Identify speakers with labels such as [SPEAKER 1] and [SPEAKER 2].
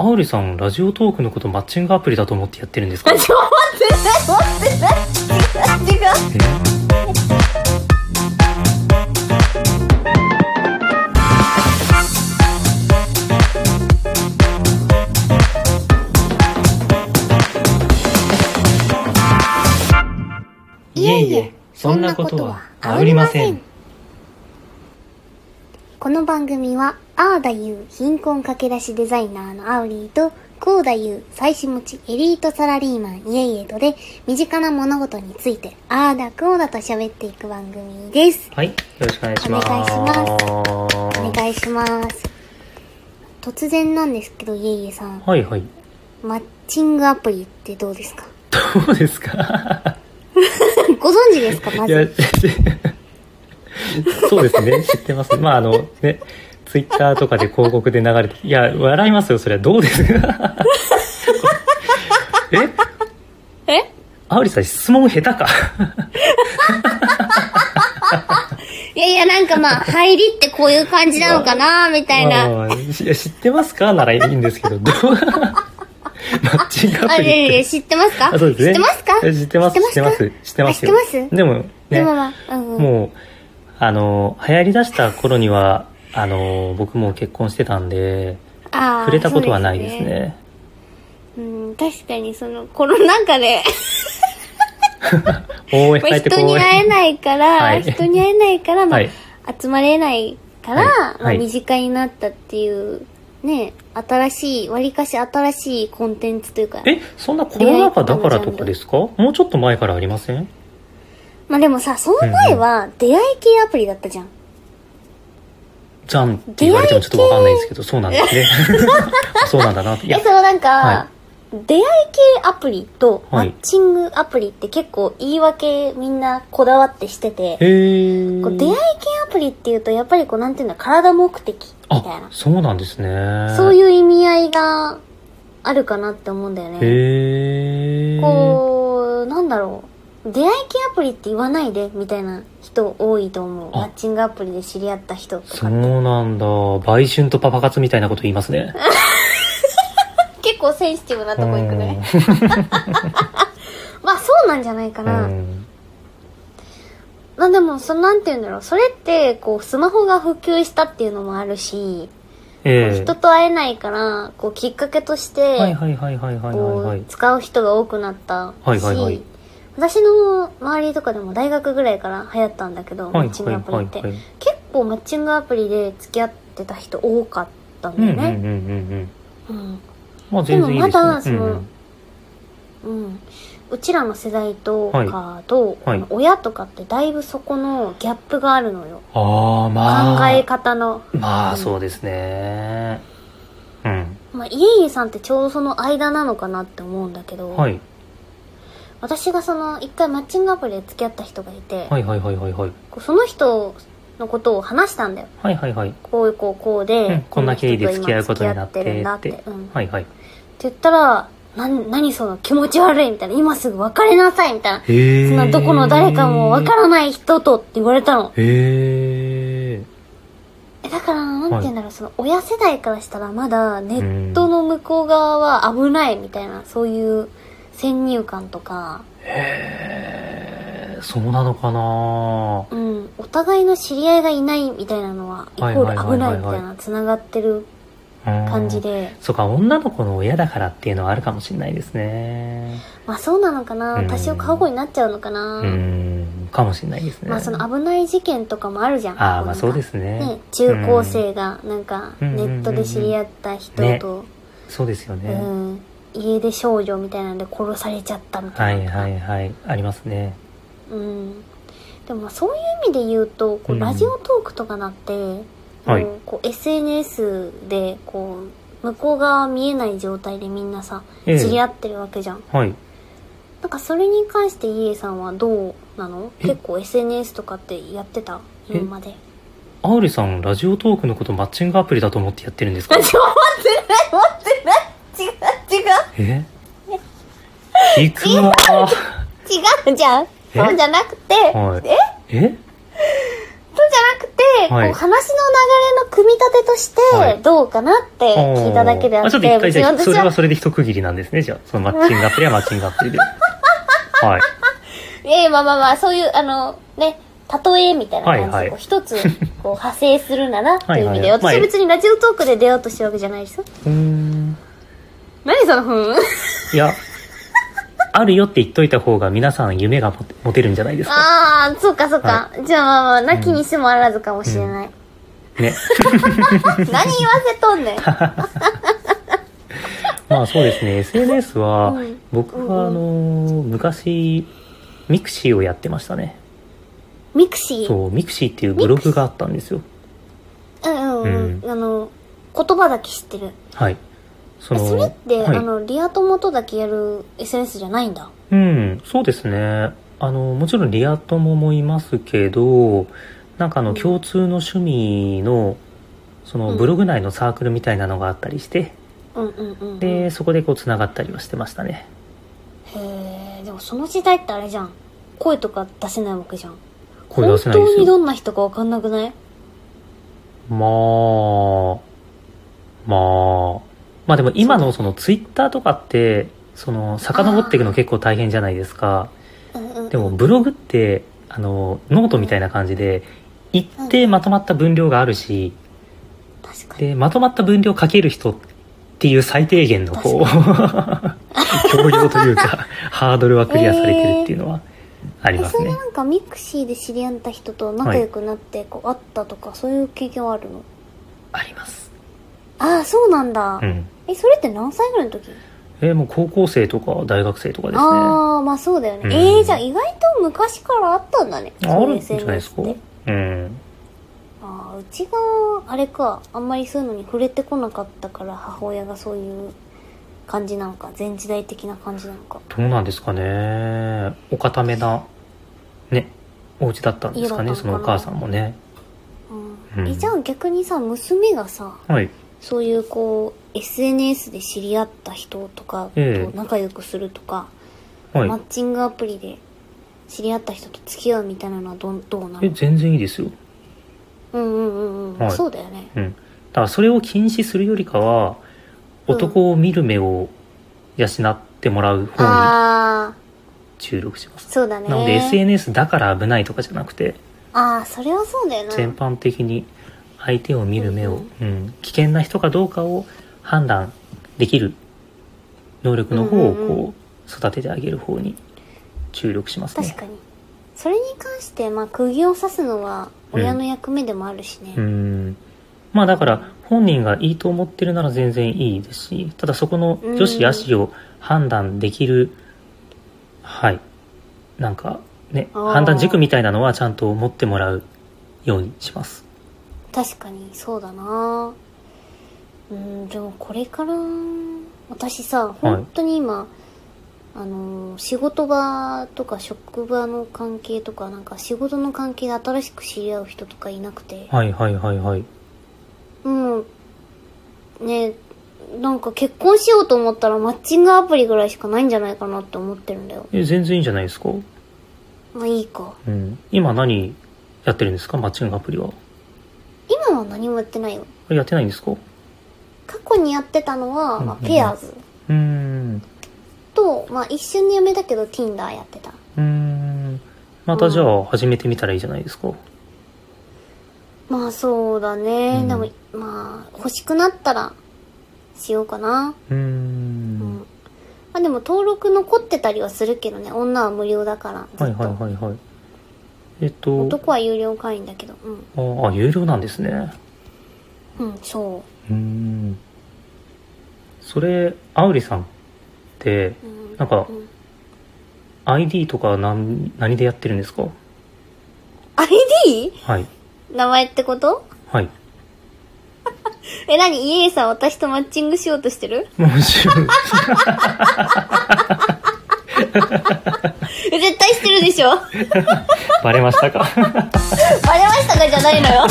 [SPEAKER 1] アウリさん、ラジオトークのことマッチングアプリだと思ってやってるんですか
[SPEAKER 2] 待って待って待って違う
[SPEAKER 1] いえいえ、そんなことはありません。
[SPEAKER 2] この番組は、あーだゆう貧困駆け出しデザイナーのアウリーと、こうだゆう妻子持ちエリートサラリーマンイエイエドで、身近な物事について、あーだこうだと喋っていく番組です。
[SPEAKER 1] はい、よろしくお願いします。
[SPEAKER 2] お願いしお願いします。突然なんですけど、イエイエさん、
[SPEAKER 1] はいはい。
[SPEAKER 2] マッチングアプリってどうです か
[SPEAKER 1] どうですか
[SPEAKER 2] ご存知ですかま
[SPEAKER 1] いや
[SPEAKER 2] ず。、
[SPEAKER 1] そうですね、知ってます。まあ、あの、ね、ツイッターとかで広告で流れて、いや、笑いますよ、それは。どうですか え
[SPEAKER 2] え
[SPEAKER 1] アウリさん、質問下手か
[SPEAKER 2] いやいや、なんかまあ、入りってこういう感じなのかなみたいな。
[SPEAKER 1] あーしいや知ってますかならいいんですけど、どう マッチングア
[SPEAKER 2] あ、
[SPEAKER 1] プ
[SPEAKER 2] いやいやい
[SPEAKER 1] リっ
[SPEAKER 2] や
[SPEAKER 1] て。
[SPEAKER 2] 知ってますか
[SPEAKER 1] あそうですね
[SPEAKER 2] 知ってますか
[SPEAKER 1] え知ってます、知ってます
[SPEAKER 2] か、
[SPEAKER 1] 知ってますよ。
[SPEAKER 2] あ知ってます
[SPEAKER 1] でも、
[SPEAKER 2] で
[SPEAKER 1] ね、
[SPEAKER 2] もまあ、うんうん
[SPEAKER 1] もう、あの、流行り出した頃には、あの、僕も結婚してたんで、
[SPEAKER 2] あー
[SPEAKER 1] 触れたことはないです
[SPEAKER 2] そう
[SPEAKER 1] ね。
[SPEAKER 2] うん、確かにその、コロナ禍で、
[SPEAKER 1] 応援
[SPEAKER 2] まあ
[SPEAKER 1] 入って
[SPEAKER 2] 人に会えないから、
[SPEAKER 1] はい
[SPEAKER 2] 人に会えないから、ま
[SPEAKER 1] は
[SPEAKER 2] あ、
[SPEAKER 1] い
[SPEAKER 2] 集まれないから、
[SPEAKER 1] はい
[SPEAKER 2] まあ、
[SPEAKER 1] はい
[SPEAKER 2] 身近になったっていう、ね、新しい、割かし新しいコンテンツというか、
[SPEAKER 1] え、そんなコロナ禍だからとかですかもうちょっと前からありません
[SPEAKER 2] まあでもさ、その前は出会い系アプリだったじゃん。
[SPEAKER 1] じゃんって言われてもちょっとわかんないんですけど、そうなんですね。 そうなんだなって。い
[SPEAKER 2] え
[SPEAKER 1] や、
[SPEAKER 2] そのなんか、
[SPEAKER 1] は
[SPEAKER 2] 出会い系アプリとマ
[SPEAKER 1] はい
[SPEAKER 2] ッチングアプリって結構言い訳みんなこだわってしてて、
[SPEAKER 1] へー
[SPEAKER 2] こう出会い系アプリっていうとやっぱりこうなんていうの体目的みたい
[SPEAKER 1] あ、そうなんですね
[SPEAKER 2] な。そう
[SPEAKER 1] う。
[SPEAKER 2] いう意味合いがあるかなって思うんだよね。
[SPEAKER 1] へー
[SPEAKER 2] こう、なんだろう。出会い系アプリって言わないでみたいな人多いと思う。
[SPEAKER 1] あ
[SPEAKER 2] マッチングアプリで知り合った人と
[SPEAKER 1] そ
[SPEAKER 2] か。
[SPEAKER 1] うなんだ。売春とパパ活みたいなこと言いますね。
[SPEAKER 2] 結構センシティブなとこ行くね。
[SPEAKER 1] うん
[SPEAKER 2] まあそうなんじゃないかな。
[SPEAKER 1] うん
[SPEAKER 2] まあでも、そのなんて言うんだろう。それって、こう、スマホが普及したっていうのもあるし、
[SPEAKER 1] ええ
[SPEAKER 2] 人と会えないから、こう、きっかけとして、
[SPEAKER 1] はいはいはいはいはいはいは
[SPEAKER 2] こ、。
[SPEAKER 1] いう
[SPEAKER 2] 使う人が多くなったし、
[SPEAKER 1] はいはいはい
[SPEAKER 2] 私の周りとかでも大学ぐらいから流行ったんだけど、
[SPEAKER 1] は
[SPEAKER 2] マ
[SPEAKER 1] い
[SPEAKER 2] ッチングアプリって。
[SPEAKER 1] はいはい
[SPEAKER 2] 結
[SPEAKER 1] はい
[SPEAKER 2] 構マッチングアプリで付き合ってた人多かったん
[SPEAKER 1] うん
[SPEAKER 2] だ
[SPEAKER 1] う
[SPEAKER 2] よ
[SPEAKER 1] んうん
[SPEAKER 2] ね。
[SPEAKER 1] うんうん。
[SPEAKER 2] うん。
[SPEAKER 1] まあ全然いいですね。
[SPEAKER 2] でもまだその
[SPEAKER 1] うんうん
[SPEAKER 2] うん。うちらの世代とかと、
[SPEAKER 1] はいはい
[SPEAKER 2] 親とかってだいぶそこのギャップがあるのよ。
[SPEAKER 1] ああ、まあ。
[SPEAKER 2] 考え方の。
[SPEAKER 1] ま
[SPEAKER 2] う
[SPEAKER 1] あ、
[SPEAKER 2] ん
[SPEAKER 1] そうですね。うん。
[SPEAKER 2] まあ、家々さんってちょうどその間なのかなって思うんだけど、
[SPEAKER 1] はい。
[SPEAKER 2] 私がその一回マッチングアプリで付き合った人がいて、
[SPEAKER 1] はいはいはいはいはい。
[SPEAKER 2] こうその人のことを話したんだよ
[SPEAKER 1] はいはいはい。
[SPEAKER 2] こういうこうこう
[SPEAKER 1] う
[SPEAKER 2] で、
[SPEAKER 1] ん、こんな経緯で付き合うことになって
[SPEAKER 2] この人と今付き合るんだ
[SPEAKER 1] っ。
[SPEAKER 2] ってて、うんって
[SPEAKER 1] はいはい。
[SPEAKER 2] 言ったらなん何その気持ち悪いみたいな今すぐ別れなさいみたいな
[SPEAKER 1] へ
[SPEAKER 2] そんなどこの誰かもわかららない人とって言われたの
[SPEAKER 1] へえ。
[SPEAKER 2] えだからなんて言うんだろう、その親世代からしたらまだネットの向こう側は危ないみたいなそういう先入観とか
[SPEAKER 1] へえ。そうなのかな
[SPEAKER 2] うん、お互いの知り合いがいないみたいなのは、イコ
[SPEAKER 1] はい
[SPEAKER 2] ー
[SPEAKER 1] はいはい
[SPEAKER 2] ル
[SPEAKER 1] はいはい
[SPEAKER 2] 危ないみたいな、繋がってる
[SPEAKER 1] うん
[SPEAKER 2] 感じ。で、
[SPEAKER 1] そうか、女の子の親だからっていうのはあるかもしれないですね。
[SPEAKER 2] まあそうなのか
[SPEAKER 1] う
[SPEAKER 2] な、
[SPEAKER 1] ん
[SPEAKER 2] 多少過保護になっちゃうのか
[SPEAKER 1] う
[SPEAKER 2] な、
[SPEAKER 1] ん、かもしれないですね。
[SPEAKER 2] まあその危ない事件とかもあるじゃん。
[SPEAKER 1] ああ、まあ
[SPEAKER 2] こ
[SPEAKER 1] そう
[SPEAKER 2] なんか
[SPEAKER 1] ですね。
[SPEAKER 2] ね、中高生がなんか
[SPEAKER 1] う
[SPEAKER 2] ネ
[SPEAKER 1] ん
[SPEAKER 2] ットで知り合った人と、
[SPEAKER 1] そうですよ
[SPEAKER 2] う
[SPEAKER 1] ね。
[SPEAKER 2] ん、家出少女みたいなんで殺されちゃったみ
[SPEAKER 1] は
[SPEAKER 2] たい
[SPEAKER 1] い
[SPEAKER 2] な。
[SPEAKER 1] はいはい。ありますね。
[SPEAKER 2] うん、でもまあそういう意味で言うとこ
[SPEAKER 1] う
[SPEAKER 2] うんラジオトークとかなって、あの
[SPEAKER 1] はい
[SPEAKER 2] こう SNS でこう向こう側見えない状態でみんなさ
[SPEAKER 1] ええ
[SPEAKER 2] 知り合ってるわけじゃん、
[SPEAKER 1] はい。
[SPEAKER 2] なんかそれに関してイエさんはどうなの
[SPEAKER 1] え
[SPEAKER 2] 結構 SNS とかってやってた
[SPEAKER 1] え
[SPEAKER 2] 今まで
[SPEAKER 1] アウリさん、ラジオトークのことマッチングアプリだと思ってやってるんですか
[SPEAKER 2] 待ってない待ってない違う違
[SPEAKER 1] え引くわ
[SPEAKER 2] う違うじゃん
[SPEAKER 1] え
[SPEAKER 2] そうじゃなくて、
[SPEAKER 1] はい
[SPEAKER 2] えそうじゃなくて、こう
[SPEAKER 1] はい
[SPEAKER 2] 話の流れの組み立てとし
[SPEAKER 1] は
[SPEAKER 2] て
[SPEAKER 1] い
[SPEAKER 2] どうかなって聞いただけであ
[SPEAKER 1] あ
[SPEAKER 2] っ
[SPEAKER 1] ちょ
[SPEAKER 2] て、
[SPEAKER 1] っと一回じゃあ
[SPEAKER 2] 別
[SPEAKER 1] そ
[SPEAKER 2] に
[SPEAKER 1] れは
[SPEAKER 2] 私は、
[SPEAKER 1] それで一区切りなんですねじゃあそのマッチングアプリはマッチングアプリではい
[SPEAKER 2] いやいやまあまあまあ、そういう、あの、ね、例えみたいな感じで、
[SPEAKER 1] はいはい
[SPEAKER 2] こう一つ、 こう、派生するなら、という意味で、
[SPEAKER 1] はいはいまあ
[SPEAKER 2] 私別にラジオトークで出ようとしてるわけじゃないですよ。
[SPEAKER 1] うーん
[SPEAKER 2] 何そのふん
[SPEAKER 1] いやあるよって言っといた方が皆さん夢が持て持てるんじゃないですか
[SPEAKER 2] ああ、そうかそうか。じゃあまあまあ、なきにしもあらずかもしれない。
[SPEAKER 1] ね
[SPEAKER 2] 何言わせと んねん。
[SPEAKER 1] まあそうです ね SNS は
[SPEAKER 2] うん
[SPEAKER 1] 僕はあの昔ミクシーをやってましたね
[SPEAKER 2] ミクシー
[SPEAKER 1] そうミクシーっていうブログがあったんですよ
[SPEAKER 2] うんうん、う、
[SPEAKER 1] うん
[SPEAKER 2] あの、言葉だけ知ってる。
[SPEAKER 1] はいそ
[SPEAKER 2] え、それって、
[SPEAKER 1] はい
[SPEAKER 2] あの、リア友とだけやる SNS じゃないんだ。
[SPEAKER 1] うん、そうですね。あの、もちろんリア友もいますけど、なんかあ
[SPEAKER 2] う
[SPEAKER 1] の、
[SPEAKER 2] ん
[SPEAKER 1] 共通の趣味の、そ
[SPEAKER 2] うん
[SPEAKER 1] のブログ内のサークルみたいなのがあったりして、
[SPEAKER 2] うんうんうんうん。
[SPEAKER 1] で、
[SPEAKER 2] へ
[SPEAKER 1] そこでこう繋がったりはしてましたね。
[SPEAKER 2] え、でもその時代ってあれじゃん。声とか出せないわけじゃん。
[SPEAKER 1] 声出せない
[SPEAKER 2] 本
[SPEAKER 1] で
[SPEAKER 2] 当
[SPEAKER 1] す
[SPEAKER 2] に
[SPEAKER 1] よ。
[SPEAKER 2] どんな人かわかんなくない
[SPEAKER 1] まあ、まあ、まあでも今のそのツイッターとかって、その、遡っていくの結構大変じゃないですか。
[SPEAKER 2] うんうんうん。
[SPEAKER 1] でもブログって、あの、ノートみたいな感じで、一定まとまった分量があるし、
[SPEAKER 2] 確かに。
[SPEAKER 1] でまとまった分量かける人っていう最低限のこう教養というか ハードルはクリアされてるっていうのはあり
[SPEAKER 2] え、
[SPEAKER 1] ま
[SPEAKER 2] そ
[SPEAKER 1] す
[SPEAKER 2] れ
[SPEAKER 1] ね、
[SPEAKER 2] なんかミクシーで知り合った人と仲良くなって、こう、会ったとか、そういう経験はあるの
[SPEAKER 1] あります
[SPEAKER 2] ああ、そうなんだ
[SPEAKER 1] う。ん
[SPEAKER 2] え、それって何歳ぐらいの時
[SPEAKER 1] えーもう高校生とか大学生とかですねあ
[SPEAKER 2] ああ、まあそうだよね。
[SPEAKER 1] うん
[SPEAKER 2] えー、じゃあ意外と昔からあったんだね。
[SPEAKER 1] るんじゃないですか
[SPEAKER 2] そうう SNS って
[SPEAKER 1] うん
[SPEAKER 2] ああ、うちが、あれか、あんまりそういうのに触れてこなかったから、母親がそういう感じなのか、全時代的な感じなのか。
[SPEAKER 1] どうなんですかねお固めなねお家だったんですかね
[SPEAKER 2] 家だった
[SPEAKER 1] そ
[SPEAKER 2] の
[SPEAKER 1] の
[SPEAKER 2] かな
[SPEAKER 1] お母さんもね
[SPEAKER 2] うん。
[SPEAKER 1] うん
[SPEAKER 2] え、じゃあ逆にさ、娘がさ、
[SPEAKER 1] はい
[SPEAKER 2] そういうこう、SNS で知り合った人とかと
[SPEAKER 1] ええ
[SPEAKER 2] 仲良くするとか、マ
[SPEAKER 1] は
[SPEAKER 2] ッチングアプリで知り合った人と付き合うみたいなのはどん、どうない
[SPEAKER 1] え
[SPEAKER 2] の
[SPEAKER 1] 全然いいですよ
[SPEAKER 2] うんうんうんう
[SPEAKER 1] は
[SPEAKER 2] ん。
[SPEAKER 1] い
[SPEAKER 2] そうだよね。
[SPEAKER 1] うん、だからそれを禁止するよりかは
[SPEAKER 2] うん
[SPEAKER 1] 男を見る目を養ってもらう方に
[SPEAKER 2] ああ、
[SPEAKER 1] 注力します、
[SPEAKER 2] そうだね。
[SPEAKER 1] なので SNS だから危ないとかじゃなくて、
[SPEAKER 2] ああ、それはそうだよな。
[SPEAKER 1] 全般的に相手を見る目を、
[SPEAKER 2] うん
[SPEAKER 1] うん危険な人かどうかを判断できる能力の方を
[SPEAKER 2] うんうんう
[SPEAKER 1] こう育ててあげる方に注力しますね
[SPEAKER 2] 確かにそれに関して、まあ、釘を刺すのは
[SPEAKER 1] うん
[SPEAKER 2] 親の役目でもあるしね、
[SPEAKER 1] うんまあだから本人がいいと思ってるなら全然いいですしただそこの女子やしを判断できる、はいなんかね
[SPEAKER 2] あー
[SPEAKER 1] 判断軸みたいなのはちゃんと持ってもらうようにします
[SPEAKER 2] 確かにそうだなうんでもこれから私さ本当に今、あのー仕事場とか職場の関係とかなんか仕事の関係で新しく知り合う人とかいなくて
[SPEAKER 1] はいはいはいはい
[SPEAKER 2] もうねなんか結婚しようと思ったらマッチングアプリぐらいしかないんじゃないかなって思ってるんだよ
[SPEAKER 1] え全然いいんじゃないですか、
[SPEAKER 2] まあいいか
[SPEAKER 1] うん、今何やってるんですかマッチングアプリは
[SPEAKER 2] 今は何もやってないよ
[SPEAKER 1] あれやってないんですか
[SPEAKER 2] 過去にやってたのは、
[SPEAKER 1] うん
[SPEAKER 2] まあ、ペアーズ
[SPEAKER 1] うーん
[SPEAKER 2] と、まあ、一瞬でやめたけど Tinder やってた
[SPEAKER 1] うーんまたじゃあ始めてみたらいいじゃないですか
[SPEAKER 2] まあそうだね、
[SPEAKER 1] うん
[SPEAKER 2] でもまあ欲しくなったらしようかな
[SPEAKER 1] うー
[SPEAKER 2] うん、
[SPEAKER 1] ん
[SPEAKER 2] まあでも登録残ってたりはするけどね女は無料だからずっと、
[SPEAKER 1] はいはいはいはいえっと
[SPEAKER 2] 男は有料会員だけど
[SPEAKER 1] ああ、有料なんですね。
[SPEAKER 2] うん、うん、そう
[SPEAKER 1] ーん。それ、アウリさんって、
[SPEAKER 2] う、うん、
[SPEAKER 1] なんか
[SPEAKER 2] うん
[SPEAKER 1] ID とか何、何でやってるんですか
[SPEAKER 2] ID?
[SPEAKER 1] はい。
[SPEAKER 2] 名前ってこと
[SPEAKER 1] はい。
[SPEAKER 2] え何イエイさん私とマッチングしようとしてる
[SPEAKER 1] もう、 しゅ
[SPEAKER 2] え絶対してるで しょバ
[SPEAKER 1] バレましたか
[SPEAKER 2] レましたかじゃないのよ